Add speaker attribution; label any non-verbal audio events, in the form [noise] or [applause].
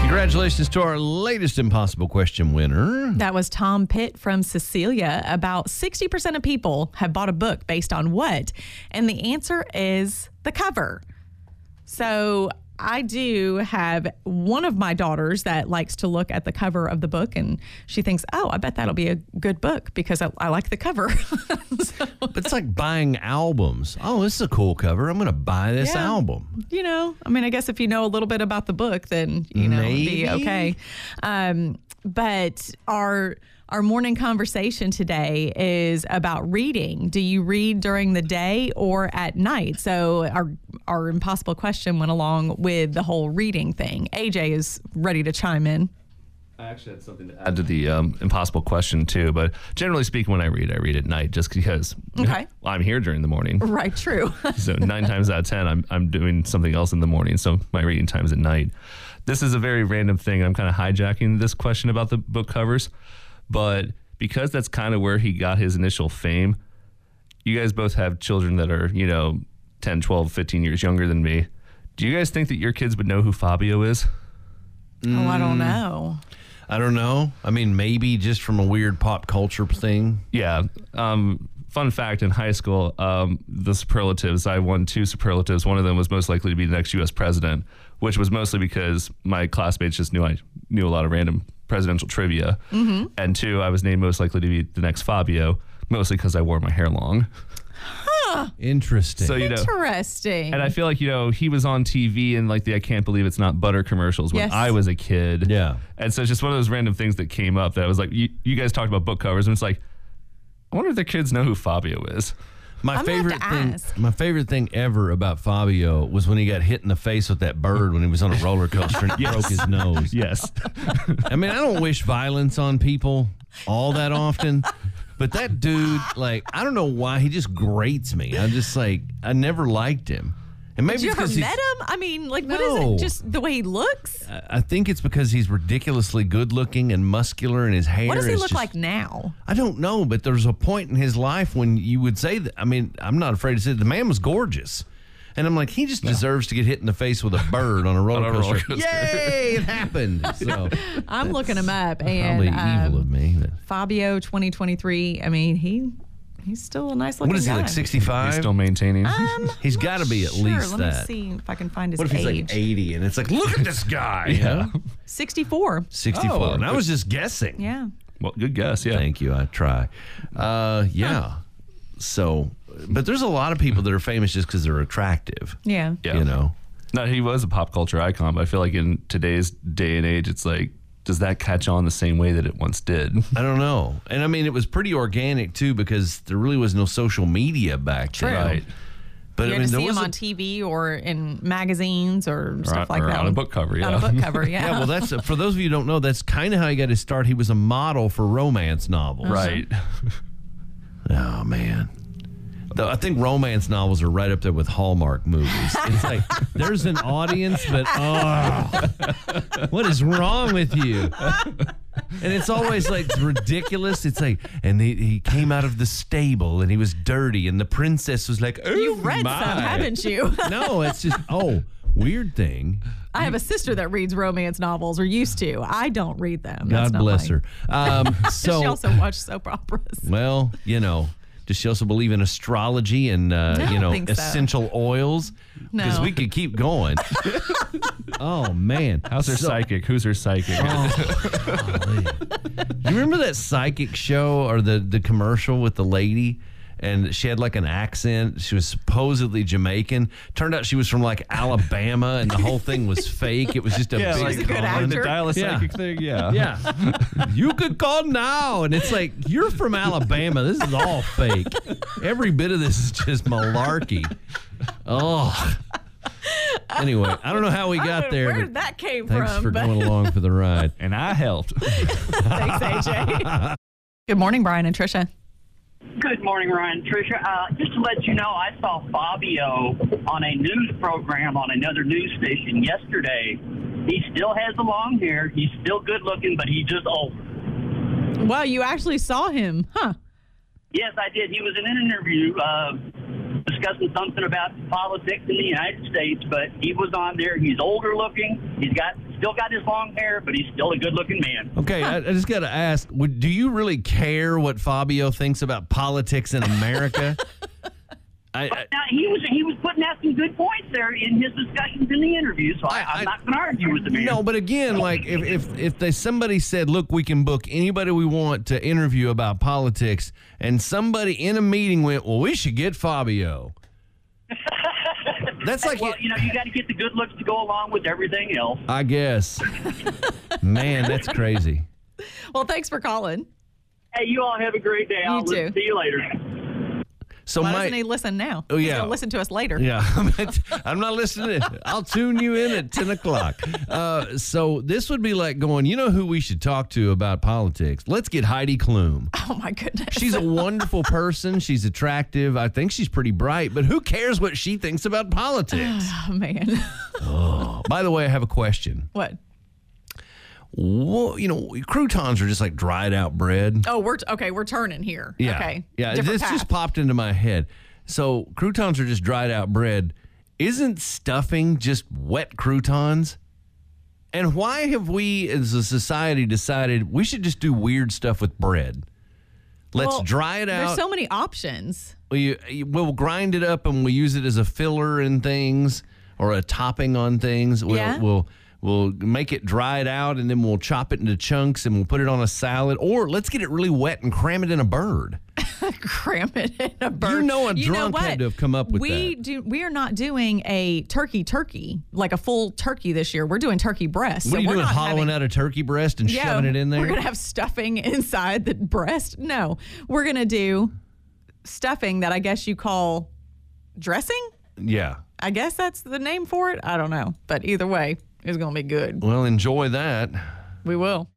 Speaker 1: Congratulations to our latest impossible question winner.
Speaker 2: That was Tom Pitt from Cecilia. About 60% of people have bought a book based on what? And the answer is the cover. So I do have one of my daughters that likes to look at the cover of the book and she thinks, oh, I bet that'll be a good book because I, I like the cover. [laughs] so,
Speaker 1: It's like buying albums. Oh, this is a cool cover. I'm going to buy this
Speaker 2: Yeah.
Speaker 1: album.
Speaker 2: you know, I mean, I guess if you know a little bit about the book, then, you know, it'd
Speaker 1: Maybe.
Speaker 2: be okay. Um, but our. Our morning conversation today is about reading. Do you read during the day or at night? So our our impossible question went along with the whole reading thing. AJ is ready to chime in.
Speaker 3: I actually had something to add to the um, impossible question too, but generally speaking, when I read, I read at night just because
Speaker 2: Okay.
Speaker 3: [laughs] I'm here during the morning.
Speaker 2: Right, true. [laughs] Oh,
Speaker 3: So nine times out of ten, I'm I'm doing something else in the morning. So my reading time's at night. This is a very random thing. I'm kind of hijacking this question about the book covers, but because that's kind of where he got his initial fame. You guys both have children that are you know 10, 12, 15 years younger than me. Do you guys think that your kids would know who Fabio is?
Speaker 2: Oh, I
Speaker 1: Hmm.
Speaker 2: don't know.
Speaker 1: I don't know. I mean, maybe just from a weird pop culture thing.
Speaker 3: Yeah. Um, fun fact in high school, um, the superlatives, I won two superlatives. One of them was most likely to be the next U.S. president, which was mostly because my classmates just knew I knew a lot of random presidential trivia. And two, I was named most likely to be the next Fabio, mostly because I wore my hair long.
Speaker 1: Interesting.
Speaker 3: So, you know.
Speaker 2: Interesting.
Speaker 3: And I feel like, you know, he was on TV and like the I can't believe it's not butter commercials when
Speaker 2: Yes.
Speaker 3: I was a kid.
Speaker 1: Yeah.
Speaker 3: And so it's just one of those random things that came up that I was like, you, you guys talked about book covers. And it's like, I wonder if the kids know who Fabio is.
Speaker 1: my
Speaker 2: I'm gonna have
Speaker 1: favorite
Speaker 2: to
Speaker 1: thing,
Speaker 2: ask.
Speaker 1: my favorite thing ever about Fabio was when he got hit in the face with that bird when he was on a roller coaster
Speaker 3: [laughs]
Speaker 1: and it broke his nose.
Speaker 3: Yes.
Speaker 1: I mean, I don't wish violence on people all that often, but that dude, like, I don't know why he just grates me. I'm just like, I never liked him, and maybe
Speaker 2: Did you
Speaker 1: it's
Speaker 2: ever met
Speaker 1: because he's.
Speaker 2: him? I mean, like, what
Speaker 1: No.
Speaker 2: is it? Just the way he looks?
Speaker 1: I think it's because he's ridiculously good looking and muscular, and his hair.
Speaker 2: What does he
Speaker 1: is
Speaker 2: look
Speaker 1: just-
Speaker 2: like now?
Speaker 1: I don't know, but there's a point in his life when you would say that. I mean, I'm not afraid to say the man was gorgeous. And I'm like, he just deserves to get hit in the face with a bird [laughs] on a roller
Speaker 3: a
Speaker 1: coaster.
Speaker 3: roller coaster.
Speaker 1: Yay, it happened.
Speaker 2: [laughs]
Speaker 1: So
Speaker 2: I'm looking him up,
Speaker 1: probably
Speaker 2: and
Speaker 1: evil
Speaker 2: um,
Speaker 1: of me. but-
Speaker 2: Fabio 2023. I mean, he he's still a nice looking
Speaker 1: What is he
Speaker 2: guy.
Speaker 1: like
Speaker 3: He's
Speaker 1: 65?
Speaker 3: still maintaining.
Speaker 2: Um,
Speaker 1: He's
Speaker 2: not
Speaker 1: gotta be at
Speaker 2: sure.
Speaker 1: least
Speaker 2: Let
Speaker 1: that.
Speaker 2: me see if I can find his
Speaker 1: what if he's
Speaker 2: age.
Speaker 1: like 80 and it's like, look at this guy? Oh, Yeah.
Speaker 2: 64.
Speaker 1: 64.
Speaker 3: Oh,
Speaker 1: and I was just guessing.
Speaker 2: Yeah.
Speaker 3: well, good guess. Yeah.
Speaker 1: Thank you. I try. Uh, yeah. So, but there's a lot of people that are famous just because they're attractive.
Speaker 2: Yeah.
Speaker 3: Yeah.
Speaker 1: You know?
Speaker 3: No, he was a pop culture icon, but I feel like in today's day and age, it's like, does that catch on the same way that it once did?
Speaker 1: I don't know. And I mean, it was pretty organic too because there really was no social media back then.
Speaker 3: Right.
Speaker 1: But
Speaker 2: You
Speaker 1: I
Speaker 2: had
Speaker 1: mean,
Speaker 2: to
Speaker 1: there
Speaker 2: see him
Speaker 1: was a-
Speaker 2: on TV or in magazines or, stuff like
Speaker 3: or
Speaker 2: that.
Speaker 3: on a book cover,
Speaker 2: On
Speaker 3: yeah.
Speaker 2: a book cover, yeah.
Speaker 1: [laughs] yeah, well, that's for those of you who don't know, that's kind of how he got his start. He was a model for romance novels.
Speaker 3: right.
Speaker 1: Oh man. Though I think romance novels are right up there with Hallmark [laughs] movies. It's like there's an audience, but oh, what is wrong with you? And it's always like it's ridiculous. It's like, and he, he came out of the stable and he was dirty, and the princess was like, "Oh
Speaker 2: You've read
Speaker 1: my.
Speaker 2: some, haven't you? [laughs]
Speaker 1: No, it's just oh, weird thing.
Speaker 2: I have a sister that reads romance novels or used to. I don't read them.
Speaker 1: God
Speaker 2: That's not
Speaker 1: bless
Speaker 2: mine.
Speaker 1: her.
Speaker 2: [laughs]
Speaker 1: Um,
Speaker 2: she
Speaker 1: so, [laughs]
Speaker 2: also watched soap operas.
Speaker 1: well, you know, does she also believe in astrology and uh,
Speaker 2: I
Speaker 1: you
Speaker 2: don't
Speaker 1: know
Speaker 2: think so.
Speaker 1: essential oils? Because
Speaker 2: No.
Speaker 1: we could keep
Speaker 2: [laughs]
Speaker 1: going. oh man,
Speaker 3: How's her
Speaker 1: So- [laughs]
Speaker 3: psychic? Who's her psychic? [laughs]
Speaker 1: Golly. you remember that psychic show or the the commercial with the lady? And she had like an accent. She was supposedly Jamaican. Turned out she was from like Alabama, and the whole thing was fake. It was just a big
Speaker 2: was a good
Speaker 1: con.
Speaker 2: actor.
Speaker 3: The dial a psychic thing. Yeah.
Speaker 1: Yeah. you could call now. And it's like, you're from Alabama. This is all fake. Every bit of this is just malarkey. Oh. Anyway, I don't know how we
Speaker 2: I
Speaker 1: got
Speaker 2: don't know
Speaker 1: there.
Speaker 2: [laughs] Where
Speaker 1: but
Speaker 2: that came
Speaker 1: Thanks
Speaker 2: from?
Speaker 1: for
Speaker 2: but
Speaker 1: going along for the ride.
Speaker 3: And I helped.
Speaker 2: [laughs] thanks, AJ.
Speaker 1: [laughs]
Speaker 2: Good morning, Brian and Trisha.
Speaker 4: Good morning, Ryan and Tricia. Uh, just to let you know, I saw Fabio on a news program on another news station yesterday. He still has the long hair. He's still good looking, but he's just old.
Speaker 2: Wow, you actually saw him, huh?
Speaker 4: Yes, I did. He was in an interview uh, discussing something about politics in the United States, but he was on there. He's older looking. He's got still got his long hair, but he's still a good-looking man.
Speaker 1: Okay, I, I just got to ask: would- Do you really care what Fabio thinks about politics in America? I, I,
Speaker 4: Now he was he was putting out some good points there in his discussions in the interview, so I,
Speaker 1: I-
Speaker 4: I'm
Speaker 1: I-
Speaker 4: not going to argue with the man.
Speaker 1: No, but again, like if if if they somebody said, "Look, we can book anybody we want to interview about politics," and somebody in a meeting went, "Well, we should get
Speaker 4: [laughs]
Speaker 1: Fabio." That's like,
Speaker 4: well,
Speaker 1: it-
Speaker 4: you know, you got to get the good looks to go along with everything else.
Speaker 1: I guess. Man, that's crazy.
Speaker 2: Well, thanks for calling.
Speaker 4: Hey, you all have a great day. I'll
Speaker 2: You too.
Speaker 4: see you later.
Speaker 1: So
Speaker 2: Why
Speaker 1: my
Speaker 2: doesn't he listen now?
Speaker 1: Oh,
Speaker 2: He's
Speaker 1: yeah.
Speaker 2: gonna listen to us later.
Speaker 1: [laughs] Yeah, I'm not- I'm not listening. I'll tune you in at 10 o'clock. Uh, so this would be like going, you know who we should talk to about politics? Let's get Heidi Klum.
Speaker 2: Oh my goodness.
Speaker 1: She's a wonderful person. She's attractive. I think she's pretty bright, but who cares what she thinks about
Speaker 2: [sighs]
Speaker 1: politics?
Speaker 2: oh man. [laughs]
Speaker 1: By the way, I have a question.
Speaker 2: what?
Speaker 1: Wha you know, croutons are just like dried out bread.
Speaker 2: Oh, we're okay. We're turning here.
Speaker 1: Yeah.
Speaker 2: Okay.
Speaker 1: Yeah.
Speaker 2: Different
Speaker 1: this just
Speaker 2: path.
Speaker 1: popped into my head. So croutons are just dried out bread. Isn't stuffing just wet croutons? And why have we as a society decided we should just do weird stuff with bread? Let's
Speaker 2: Well,
Speaker 1: dry it out.
Speaker 2: There's so many options. [laughs]
Speaker 1: we, we'll grind it up and we'll use it as a filler in things or a topping on things. We'll,
Speaker 2: Yeah.
Speaker 1: we'll we'll make it dried out and then we'll chop it into chunks and we'll put it on a salad. Or let's get it really wet and cram it in a bird.
Speaker 2: Cram it in a bird.
Speaker 1: know a drunk had
Speaker 2: what?
Speaker 1: to have come up with
Speaker 2: we
Speaker 1: that.
Speaker 2: do. We are not doing a turkey turkey like a full turkey this year. We're doing turkey breast.
Speaker 1: What
Speaker 2: so
Speaker 1: are you
Speaker 2: we're
Speaker 1: doing?
Speaker 2: not
Speaker 1: Hollowing
Speaker 2: having,
Speaker 1: out a turkey breast and
Speaker 2: Yeah,
Speaker 1: shoving it in there?
Speaker 2: We're gonna have stuffing [laughs] inside the breast. No, we're gonna do stuffing that I guess you call dressing.
Speaker 1: yeah.
Speaker 2: I guess that's the name for it. I don't know, but either way, it's gonna be good.
Speaker 1: Well, enjoy that.
Speaker 2: We will.